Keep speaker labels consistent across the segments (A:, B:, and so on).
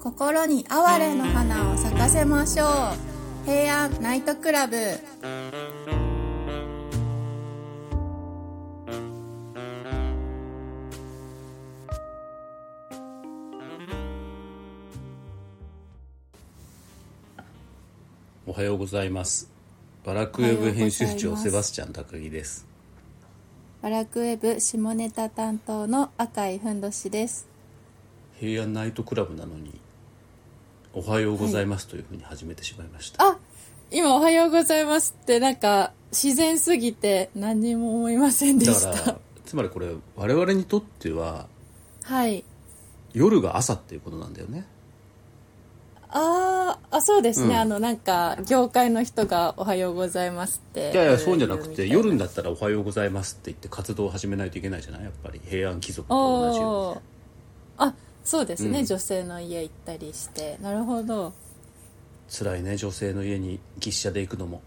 A: 心に哀れの花を咲かせましょう平安ナイトクラブ
B: おはようございますバラクウェブ編集
A: おは
B: 長
A: ようございます
B: セバスチャン高木です
A: バラクウェブ下ネタ担当の赤井ふんどしです
B: 平安ナイトクラブなのにおはようございますというふうに始めてしまいました、
A: あ今おはようございますってなんか自然すぎて何にも思いませんで
B: だ
A: し
B: か
A: た
B: らつまりこれ我々にとっては
A: はい
B: 夜が朝っていうことなんだよね
A: あーあそうですね、
B: うん
A: あのなんか業界の人が「おはようございます」って
B: いやいやそうじゃなく
A: 言う
B: て
A: み
B: 夜になったら「おはようございます」って言って活動を始めないといけないじゃないやっぱり平安貴族
A: たいな
B: と同じように
A: おーあそうですね、
B: うん
A: 女性の家行ったりしてなるほど
B: 辛いね女性の家に喫茶で行くのも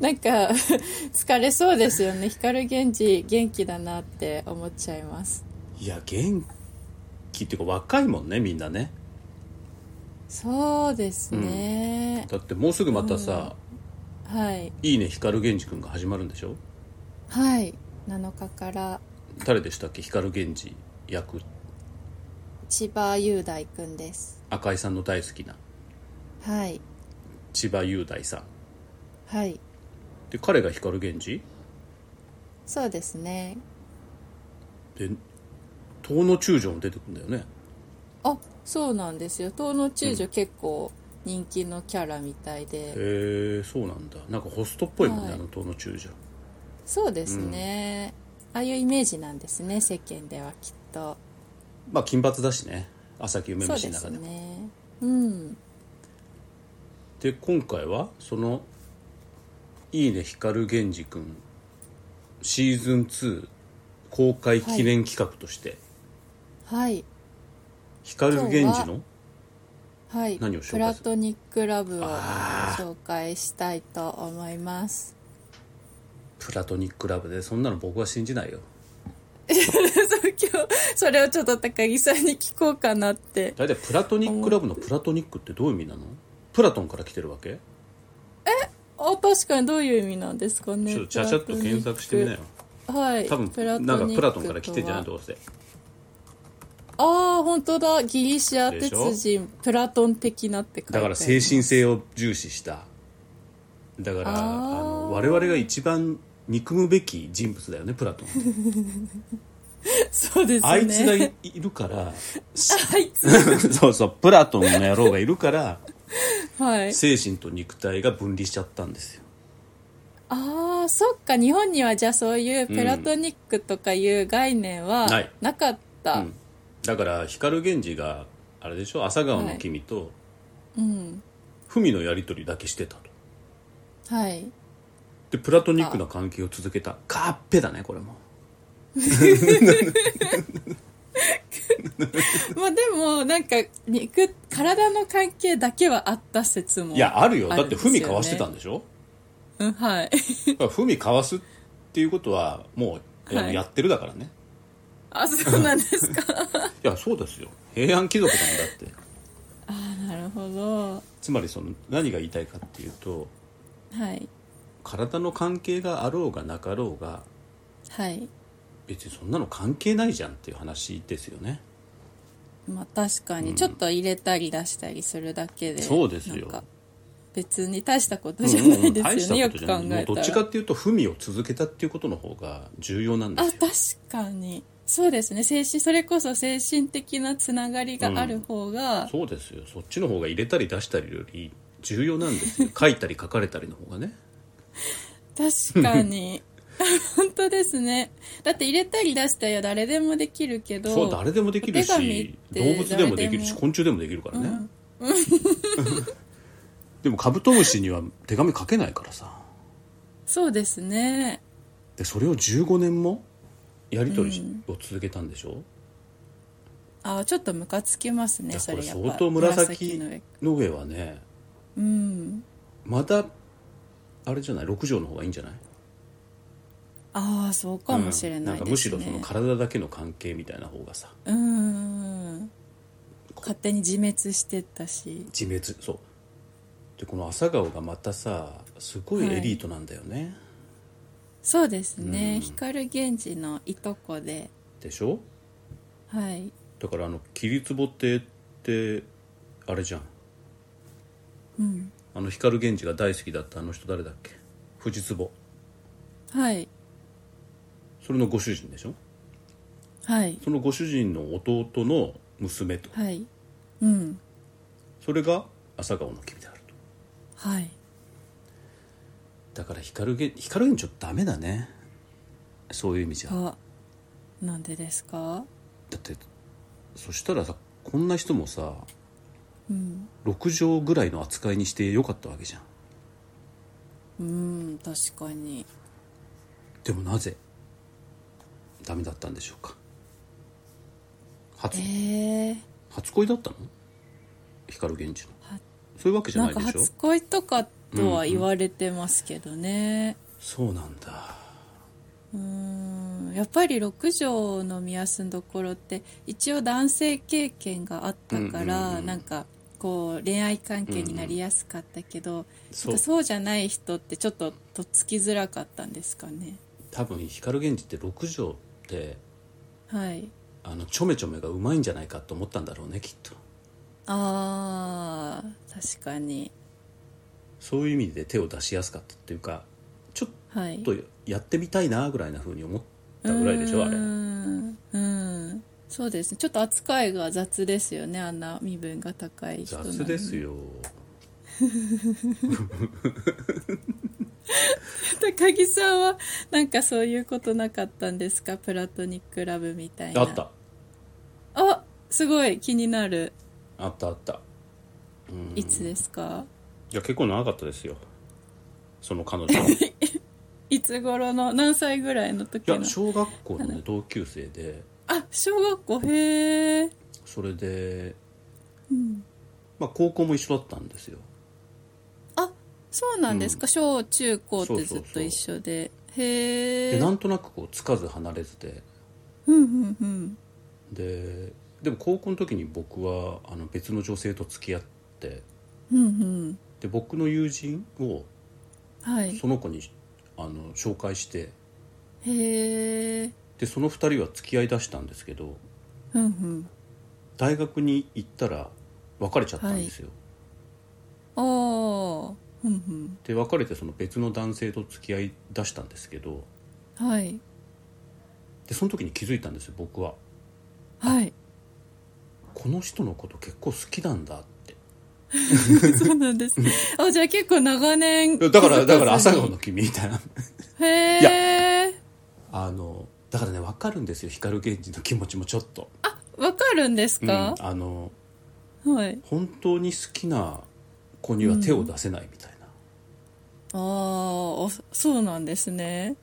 A: なんか 疲れそうですよね光源氏元気だなって思っちゃいます
B: いや元気っていうか若いもんねみんなね
A: そうですね、
B: だってもうすぐまたさ
A: はい
B: 「いいね光源氏くん」が始まるんでしょ
A: はい7日から
B: 誰でしたっけ光源氏役
A: 千葉雄大くんです
B: 赤井さんの大好きな
A: はい
B: 千葉雄大さん
A: はい
B: で彼が光源氏
A: そうですね
B: で遠野中将も出てくんだよね
A: あそうなんですよ東の中女結構人気のキャラみたいで、
B: へえそうなんだなんかホストっぽいもんね、
A: はい
B: あの遠野中将
A: そうですね、ああいうイメージなんですね世間ではきっと
B: まあ金髪だしね朝木梅
A: そうで
B: 虫の中
A: す
B: でも
A: ねうん
B: で今回はその「いいね光源氏くん」シーズン2公開記念企画として、
A: はい
B: 光源氏の
A: はい
B: 何を紹介す
A: プ
B: る
A: ラトニック・ラブを紹介したいと思います
B: プラトニックラブでそんなの僕は信じないよ
A: そう今日それをちょっと高木さんに聞こうかなって
B: 大体プラトニックラブのプラトニックってどういう意味なのプラトンから来てるわけ、
A: あ確かにどういう意味なんですかね
B: ちょっとちゃちゃっと検索してみなよ
A: プラトニックはい
B: 多分なんかプラトンから来てんじゃないどうせ
A: ああ本当だギリシア哲
B: で
A: 人プラトン的なって書いてあ
B: だ
A: る
B: から精神性を重視しただから
A: あ
B: あ
A: ー
B: の我々が一番憎むべき人物だよねプラト ンって
A: そうですね
B: あいつがいいるから
A: あいつ
B: そうそうプラトンの野郎がいるから
A: はい
B: 精神と肉体が分離しちゃったんですよ
A: ああそっか日本にはじゃあそういうプラトニックとかいう概念は
B: ない
A: なかった、
B: うんだから光源氏があれでしょ朝顔の君と文のやり取りだけしてたと
A: はい
B: でプラトニックな関係を続けたカっぺだねこれも
A: まあでもなんか肉体の関係だけはあった説も
B: いやあるよだって
A: です
B: 文
A: ね
B: 交わしてたんでしょ
A: うんはい
B: だから文交わすっていうことはもう
A: はい
B: やってるだからね、
A: あそうなんですか
B: い、やそうですよ平安貴族だもんだって
A: なるほど
B: つまりその何が言いたいかっていうと
A: はい
B: 体の関係があろうがなかろうが
A: はい
B: 別にそんなの関係ないじゃんっていう話ですよね
A: まあ確かにちょっと入れたり出したりするだけで、
B: そうですよ
A: なんか別に大したことじゃないですよね、よく考えた
B: も
A: ら
B: うどっちかっていうと文を続けたっていうことの方が重要なんで
A: あ
B: すよ
A: 確かにそうですね精神それこそ精神的なつながりがある方が、
B: そうですよそっちの方が入れたり出したりより重要な んですよ書いたり書かれたりの方がね
A: 確か に本当ですねだって入れたり出したりは誰でもできるけど
B: そう誰でもできる
A: お手紙っ
B: して動物でもでき
A: 誰
B: る
A: で
B: し
A: も
B: 昆虫でもできるからね、でもカブトムシには手紙書けないからさ
A: そうですね
B: でそれを15年もやり取りしを続けたんでしょ、
A: あちょっとムカつきます
B: い
A: ね
B: や
A: そ
B: これ
A: れやっぱ
B: 相当紫
A: の上
B: の上はね
A: うん
B: またあれじゃない6畳の方がいいんじゃない
A: ああそうかもしれ
B: うん
A: ない
B: んか
A: で
B: む
A: す
B: し
A: ね、うん、
B: ろその体だけの関係みたいな方がさ
A: うん勝手に自滅してったし
B: 自滅そうでこの朝顔がまたさすごいエリートなんだよね、
A: そうですね、
B: うん
A: 光源氏のいとこで
B: でしょ
A: はい
B: だからあの桐壺亭ってあれじゃん
A: うん
B: あの光源氏が大好きだったあの人誰だっけ藤壺
A: はい
B: それのご主人でしょ
A: はい
B: そのご主人の弟の娘と
A: はいうん
B: それが朝顔の君であると
A: はい
B: だから光源光源氏ちょっとダメだねそういう意味じゃ
A: あなんでですか
B: だってそしたらさこんな人もさ
A: うん
B: 6畳ぐらいの扱いにしてよかったわけじゃん
A: うん確かに
B: でもなぜダメだったんでしょうか初,、
A: ええ
B: 初恋だったの光源氏の
A: は
B: そういうわけじゃ
A: な
B: なんい
A: か
B: でしょ
A: 初恋とかとは言われてますけどね
B: そうなんだ
A: うーんやっぱり六条の宮住所って一応男性経験があったから、
B: うんうんうん
A: なんかこう恋愛関係になりやすかったけど、
B: そ
A: な
B: うん
A: かそうじゃない人ってちょっととっつきづらかったんですかね
B: 多分光源氏って六条って
A: はい
B: あのちょめちょめがうまいんじゃないかと思ったんだろうねきっと
A: あー確かに
B: そういう意味で手を出しやすかったっていうかちょっ
A: はい
B: とやってみたいなぐらいな風に思ったぐらいでしょあれ
A: うーんうんそうですねちょっと扱いが雑ですよねあんな身分が高い人なのに
B: 雑ですよ
A: 高木さんはなんかそういうことなかったんですかプラトニックラブみたいな
B: あった
A: あすごい気になる
B: あったあったうん
A: いつですか
B: いや結構長かったですよその彼女 い
A: いつ頃の何歳ぐらいの時の
B: や小学校の、ね、同級生で
A: あ小学校へえ
B: それで、
A: うん
B: まあ、高校も一緒だったんですよ
A: あそうなんですか、小中高っ
B: そう
A: て
B: そう
A: ず
B: そう
A: っと一緒でへ
B: で
A: え
B: なんとなくこうつかず離れてて
A: うんうんうん
B: ででも高校の時に僕はあの別の女性と付き合って
A: うんうん
B: で僕の友人を
A: はい
B: その子にあの紹介して
A: へえ
B: でその2人は付き合いだしたんですけど
A: うんうん
B: 大学に行ったら別れちゃったんですよ、
A: ああうん
B: で別れてその別の男性と付き合いだしたんですけど
A: うんはい
B: でその時に気づいたんですよ僕は
A: はい
B: この人のこと結構好きなんだって
A: そうなんです。あ、じゃあ結構長年。
B: だ からだから朝
A: 気づか
B: 顔
A: ずに
B: の君みたいな
A: へえ。
B: あのだからね分かるんですよ光源氏の気持ちもちょっと、
A: あ、わかるんです
B: うん、あ
A: か、
B: の
A: はい。
B: 本当に好きな子には手を出せないみたいな、
A: ああ、そうなんですね。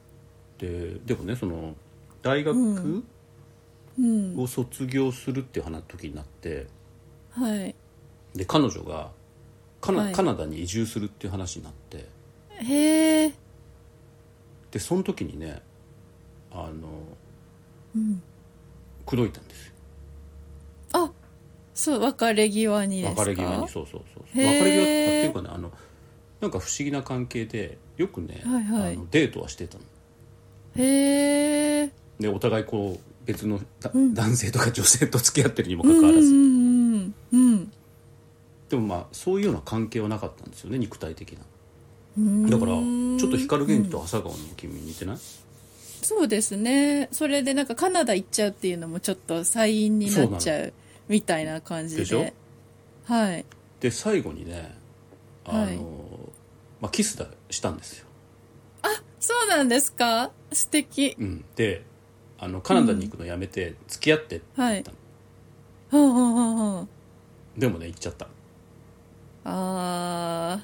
B: ででもねその大学、
A: うんうん。
B: を卒業するっていう話時になって
A: はい。
B: で彼女がカナ,、
A: はい
B: カナダに移住するっていう話になって
A: へえ。
B: でその時にねあの
A: うん。
B: 口説いたんですよ
A: あ、そう、別れ際にですか
B: 別れ際にそうそうそう別
A: へー
B: れ際っていうかねあのなんか不思議な関係でよくね、
A: はいはい
B: あのデートはしてたの
A: へえ。
B: でお互いこう別のだ、
A: うん
B: 男性とか女性と付き合ってるにもか
A: うん
B: かわ
A: うん
B: らず、
A: うんうん。
B: でもまあそういうような関係はなかったんですよね肉体的な
A: うん。
B: だからちょっと光源氏
A: うん
B: と朝顔の君似てない、
A: そうですね。それでなんかカナダ行っちゃうっていうのもちょっと再因になっちゃうみたいな感じで。
B: でしょ
A: はい。
B: で最後にねあの、
A: はい
B: まあ、キスだしたんですよ、
A: そうなんですか素敵。
B: うん、であのカナダに行くのやめて付き合ってって
A: は
B: 言
A: い
B: ったの、
A: はんはんはんはん。
B: でもね行っちゃった
A: あ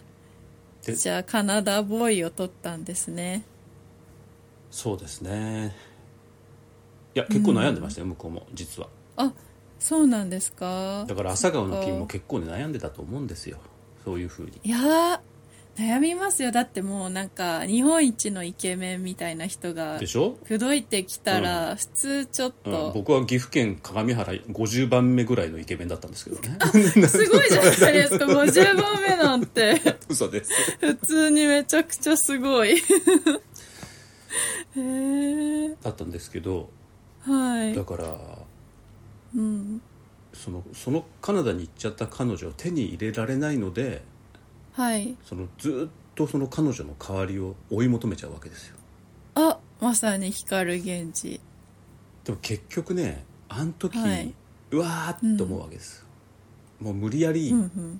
A: ー。
B: で
A: じゃあカナダボーイを取ったんですね。
B: そうですねいや結構悩んでましたよ、向こうも実は
A: あ、そうなんですか
B: だから朝顔の君も
A: そっか
B: 結構ね悩んでたと思うんですよそういうふうに
A: いやー、悩みますよだってもうなんか日本一のイケメンみたいな人が
B: でしょ、
A: 口説いてきたら普通ちょっ
B: う
A: と
B: ん、、僕は岐阜県鏡原50番目ぐらいのイケメンだったんですけど ね
A: すごいじゃないですか50番目なん て
B: 嘘です
A: 普通にめちゃくちゃすごいへえ
B: だったんですけど
A: はい
B: だから
A: うん
B: そのそのカナダに行っちゃった彼女を手に入れられないので
A: はい
B: そのずっとその彼女の代わりを追い求めちゃうわけですよ
A: あまさに光源氏
B: でも結局ねあの時、
A: はいう
B: わーって思うわけですよ、もう無理やり
A: うん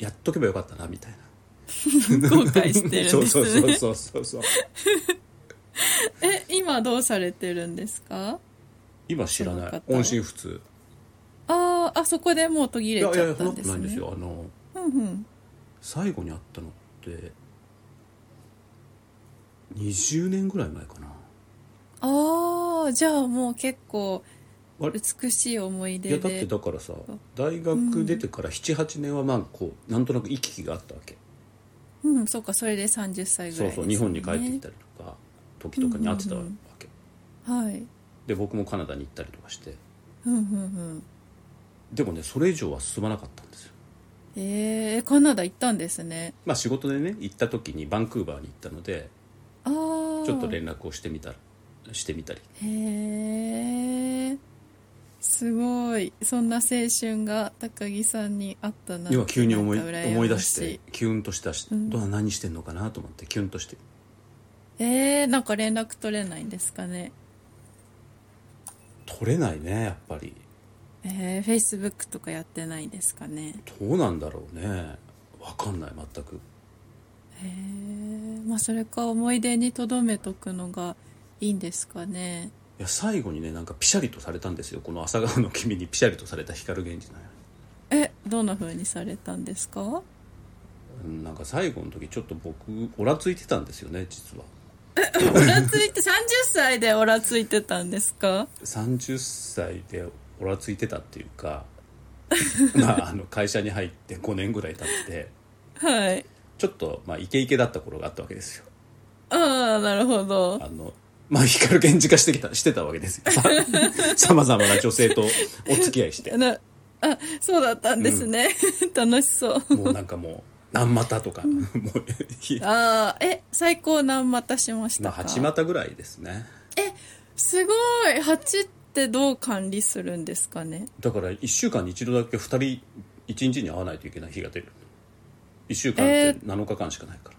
B: やっとけばよかったなみたいな、
A: うん後悔してる
B: そ
A: ん
B: う
A: です
B: そう
A: ね
B: そうそうそうそう
A: え今どうされてるんですか
B: 今知ら
A: そ
B: な
A: の
B: い
A: 方
B: 音信不通
A: あーあそこでもう途切
B: い
A: れ
B: やい
A: ちゃ
B: や
A: った
B: そんなん
A: で
B: ことな
A: す
B: いんです
A: ね
B: よあの
A: うんうん
B: 最後に会ったのって20年ぐらい前かな
A: ああじゃあもう結構
B: あれ
A: 美しい思い
B: いや
A: 出
B: だって
A: で
B: だからさ大学出てから78年はまあこうなんとなく行き来があったわけ、
A: うんそうかそれで30歳ぐ
B: そ
A: ら
B: う
A: いですよ
B: そう
A: ね
B: 日本に帰ってきたりとか時とかに会ってたわ
A: うんうん
B: け、
A: はい
B: で僕もカナダに行ったりとかして
A: うんうんうん
B: でもねそれ以上は進まなかったんですよ
A: えー、カナダ行ったんですね
B: まあ仕事でね行った時にバンクーバーに行ったので
A: ああ
B: ちょっと連絡をしてみたらしてみたり
A: へえすごいそんな青春が高木さんにあったな
B: 今急に思い
A: なんか羨まし
B: 思い出してキュンとしたし、
A: うん
B: どんな何してんのかなと思ってキュンとして
A: えー、なんか連絡取れないんですかね
B: 取れないねやっぱり
A: えー、Facebook とかやってないんですかね
B: どうなんだろうね分かんない全く
A: へえまあそれか思い出にとどめとくのがいいんですかね
B: いや最後にねなんかピシャリとされたんですよこの「朝顔の君」にピシャリとされた光源氏のよ
A: えどんな風にされたんです か
B: うにうんなんか最後の時ちょっと僕オラついてたんですよね実は
A: オラついて30歳でオラついてたんですか
B: 30歳でオラついてたっていうかまああの会社に入って5年ぐらい経って
A: はい
B: ちょっとまあイケイケだった頃があったわけですよ
A: ああなるほど
B: あのまあ光源氏化してきたしてたわけですよさまざまな女性とお付き合 いして
A: なあそうだったんですね、 楽しそう
B: もうなんかもう何股とかもうひ
A: ああえ最高何股しまし
B: ま
A: た
B: あ
A: か、
B: 8股ぐらいですね
A: すごい8ってどう管理するんですかね
B: だから1週間に1度だけ2人1日に会わないといけない日が出る1週間
A: え
B: っ
A: ー
B: て7日間しかないから、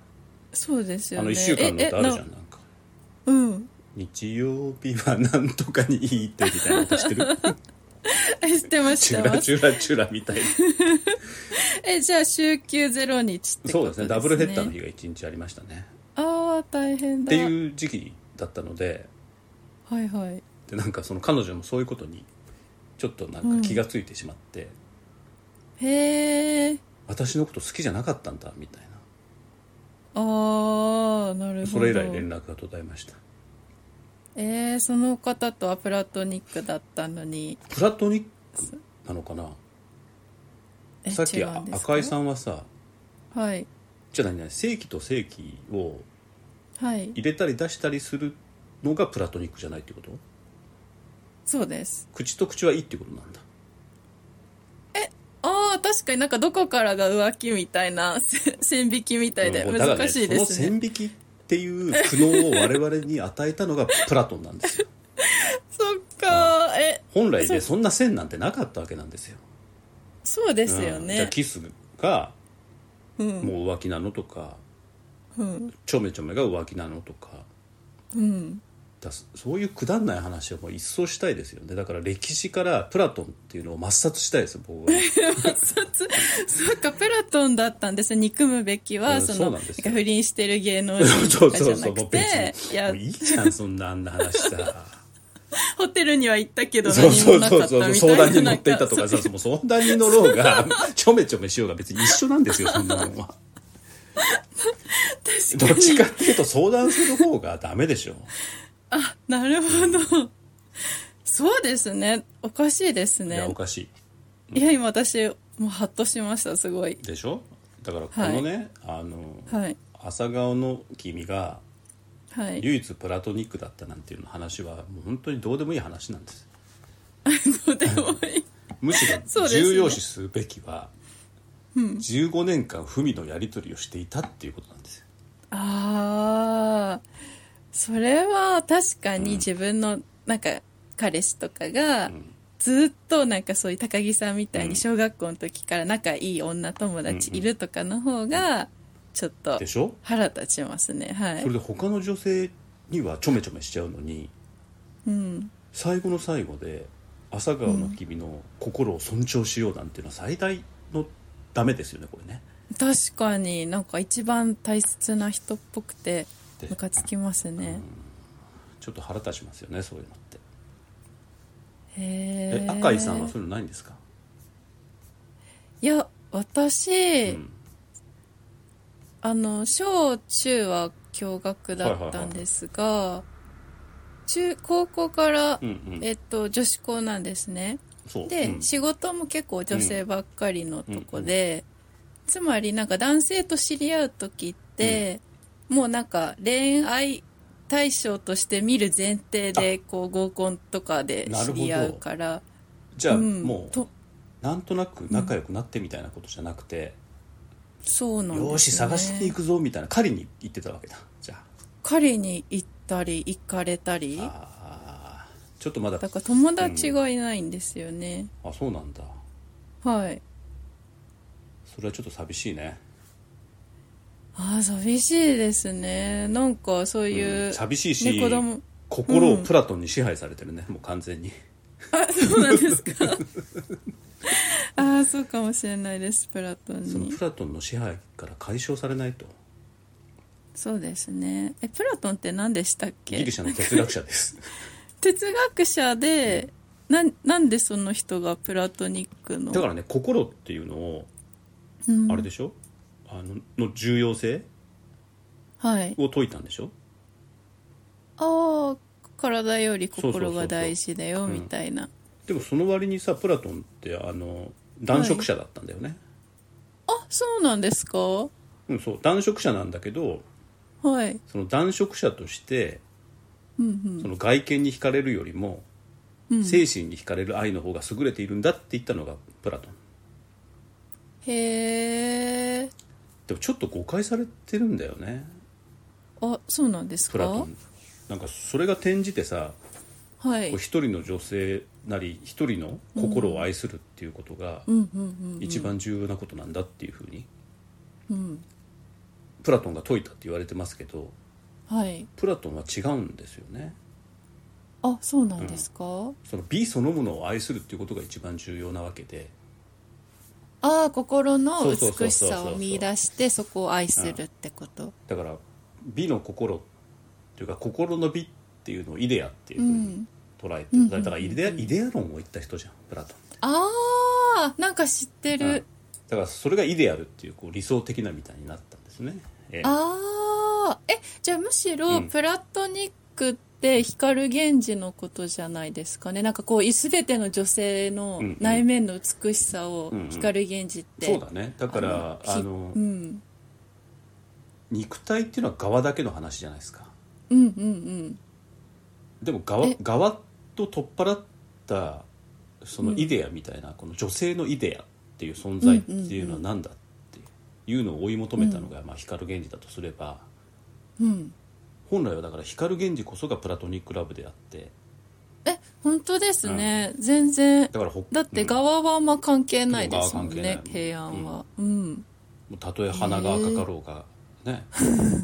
A: そうですよ
B: あ
A: ね
B: の1週間のってあるじゃ
A: え
B: ん
A: え
B: なん
A: な
B: か
A: うん
B: 日曜日はなんとかにいいってみたいなこ としてる
A: え知ってま
B: チ
A: す知
B: ュ
A: って
B: ラ
A: ます
B: チュラチュラみたいな
A: えじゃあ週休ゼロ日ってこ
B: そう
A: と
B: で
A: ですす
B: ね
A: ね
B: ダブルヘッダーの日が1日ありましたね
A: ああ大変
B: っ
A: だ
B: ていう時期だったので
A: はいはい
B: でなんかその彼女もそういうことにちょっとなんか気がついてしまって、
A: へえ
B: 私のこと好きじゃなかったんだみたい
A: ああなるほど
B: なそれ以来連絡が途絶えました
A: えー、その方とはプラトニックだったのに
B: プラトニックなのかな
A: え
B: さっき
A: 違
B: あ
A: うんですか
B: 赤井さんはさ
A: はい
B: じゃあ何々正規と正規を
A: はい
B: 入れたり出したりするのがプラトニックじゃないってこと
A: そうです
B: 口と口はいいってことなんだ
A: ああ確かになんかどこからが浮気みたいな せ線引きみたいで
B: もうだから
A: 難しいで
B: そ
A: す
B: の
A: ね
B: 線引きっていう苦悩を我々に与えたのがプラトンなん ですよ
A: そっかーえ
B: 本来でそんな線なんてなかったわけなんですよ
A: そうですよ
B: うんじゃあ
A: ね
B: キスが
A: うん
B: もう浮気なのとか、
A: うん
B: ちょめちょめが浮気なのとか
A: うん
B: だそういうくだんない話をもう一層したいですよねだから歴史からプラトンっていうのを抹殺したいです僕は
A: そっかプラトンだったんですね憎むべき
B: う
A: は
B: ん
A: そ
B: そ
A: の
B: うな
A: なんん
B: ですよ
A: か不倫してる芸能人
B: そ
A: と
B: う
A: か
B: そ
A: じ
B: う
A: ゃ
B: そ
A: な
B: うもう
A: く
B: 別に
A: ていや
B: もういいじゃんそんなあんな話 さ
A: ホテルには行ったけど
B: そう
A: 何
B: そ
A: も
B: う
A: な
B: そ
A: か
B: う
A: ったみたいな
B: そう相談に乗っていたと
A: な
B: か
A: ん
B: さもう相談に乗ろ うがちょめちょめしようが別に一緒なんですよそんなのは
A: そう
B: ど
A: 確か
B: っ
A: に
B: ちかっていうと相談する方がダメでしょ
A: あなるほどそうですねおかしいです
B: いや
A: ね
B: おかし
A: いや今私もうハッとしましたすごい
B: いでしょだからこのね、あの、
A: はい
B: 朝顔の君が
A: はい
B: 唯一プラトニックだったなんていうの話はもう本当にどうでもいい話なんです
A: どうでも いい
B: むし
A: そう
B: ろ
A: ですね
B: 重要視すべきは、15年間文のやり取りをしていたっていうことなんですよ
A: ああそれは確かに自分のなんか彼氏とかが
B: ん
A: ずっとなんかそういう高木さんみたいうに
B: ん
A: 小学校の時から仲いい女友達いるとかの方がちょっと
B: でしょ
A: 腹立ちますねは
B: それ
A: い
B: で他の女性にはちょめちょめしちゃうのに
A: うん
B: 最後の最後で朝顔の君の心を尊重しようなんていうのは最大のダメですよねこれね
A: 確かになんか一番大切な人っぽくて
B: で
A: ムカつきますね
B: ちょっと腹立ちますよねそういうのって
A: へ
B: え
A: え
B: 赤井さんはそういうのないんですか、
A: いや私、
B: うん
A: あの小中は共学だったんですが、中高校から、
B: うんうん
A: えっと、女子校なんですね
B: そう
A: で、
B: うん
A: 仕事も結構女性ばっかりのとこで、つまりなんか男性と知り合う時って、もうなんか恋愛対象として見る前提でこう合コンとかで知り合うから
B: じゃあ、
A: うん
B: もう
A: と
B: なんとなく仲良くなってみたいなことじゃなくて、
A: そうなんです、ね、
B: よーし探しに行くぞみたいな狩りに行ってたわけだじゃあ
A: 狩りに行ったり行かれたり
B: あーちょっとまだ
A: だから友達がいないんですよね、
B: あそうなんだ
A: はい
B: それはちょっと寂しいね、
A: ああ寂しいですねなんかそういう、
B: うん寂しいし、
A: ね子供
B: 心をプラトンに支配されてるね、もう完全に
A: あそうなんですかああそうかもしれないですプラトン
B: その
A: に
B: プラトンの支配から解消されないと
A: そうですねえプラトンって何でしたっ
B: ギ
A: け
B: リシャの哲学者です
A: 哲学者でなんなんでその人がプラトニックの
B: だからね心っていうのを、あれでしょあのの重要性
A: はい
B: を解いたんでしょ
A: ああ体より
B: そうそうそう
A: 心
B: そう
A: が大事だよみたいな
B: でもその割にさプラトンってあの男色者だったんだよね、
A: あそうなんですかは
B: うん、そう男色者なんだけど
A: い
B: その男色者として、その外見に惹かれるよりも、精神に惹かれる愛の方が優れているんだって言ったのがプラトン
A: へえ
B: でもちょっと誤解されてるんだよね
A: あそうなんです
B: プ
A: か
B: ラトンなんかそれが転じてさ
A: は
B: こ
A: いう
B: 一人の女性なり一人の心を愛するっていうことが一番重要なことなんだっていうふうに、プラトンが説いたって言われてますけど
A: はい
B: プラトンは違うんですよね
A: あそうなんですか、
B: その美そのものを愛するっていうことが一番重要なわけで
A: ああ心の
B: そうそうそうそう
A: 美しさを見出してそこを愛するってこと
B: だから美の心っていうか心の美っていうのをイデアっていうふうに捉えて、だからイデアイデア論を言った人じゃんプラトンって
A: ああなんか知ってる、
B: うんだからそれがイデアルっていうこう理想的なみたいになったんですね、ええ
A: ああえじゃあむしろ
B: うん
A: プラトニックって光源氏のことじゃないですかねなんかこう全ての女性の
B: うんうん
A: 内面の美しさを
B: うんうん
A: 光源氏って、
B: そうだねだからあ
A: ひ
B: の
A: うん、
B: 肉体っていうのは側だけの話じゃないですか
A: うんうんうん
B: でも側
A: え
B: 側と取っ払ったそのイデアみたいな、この女性のイデアっていう存在っていうのは何だっていうのを追い求めたのが、まあ、光源氏だとすれば、
A: うん
B: 本来はだから光源氏こそがプラトニックラブであって
A: え本当ですね、全然
B: だからほ
A: だって
B: うん
A: 側はあんま関係ないですもん
B: 側は
A: ね
B: 関係
A: 平
B: ない
A: 安はうん、
B: もうたとえ鼻が赤かろうが、 ね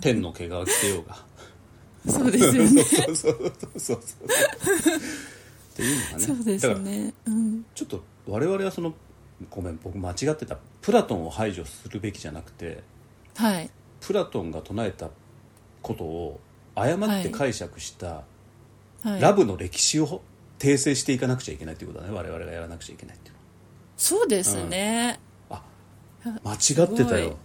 B: 天の毛が着てようが
A: そうですよ ね
B: そうそうそうそうそうっていうのがね
A: そうで
B: だ
A: す
B: から
A: ねうん
B: ちょっと我々はそのごめん僕間違ってたプラトンを排除するべきじゃなくて
A: はい
B: プラトンが唱えたことを誤って解釈した、
A: はい
B: ラブの歴史を訂正していかなくちゃいけないということだね我々がやらなくちゃいけないっていう
A: そうですね、
B: の間違ってた
A: すごい
B: よ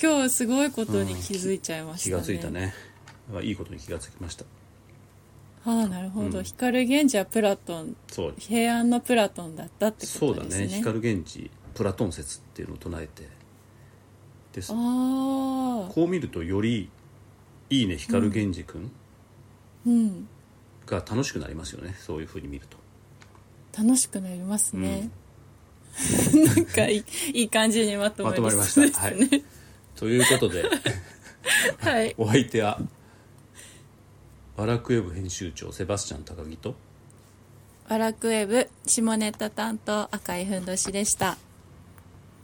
A: 今日すごいことに気づいちゃいまし
B: 気
A: たね、
B: がついたね、まあ、いいことに気がつきました
A: ああなるほど、光源氏はプラトン
B: そう
A: 平安のプラトンだったってこ
B: そう
A: と
B: だ
A: で
B: ね
A: すね
B: 光源氏プラトン説っていうのを唱えてです
A: ああ
B: こう見るとより「いいね光源氏くん
A: うん」
B: が楽しくなりますよねそういうふうに見ると
A: 楽しくなりますね、 なんかいいいい感じにまとまり
B: まとまりま
A: そうで
B: し
A: す
B: た、はい、ということで
A: はい、
B: お相手はバラクウェブ編集長セバスチャン高木と
A: ワラクウェブ下ネタ担当赤いふんどしでした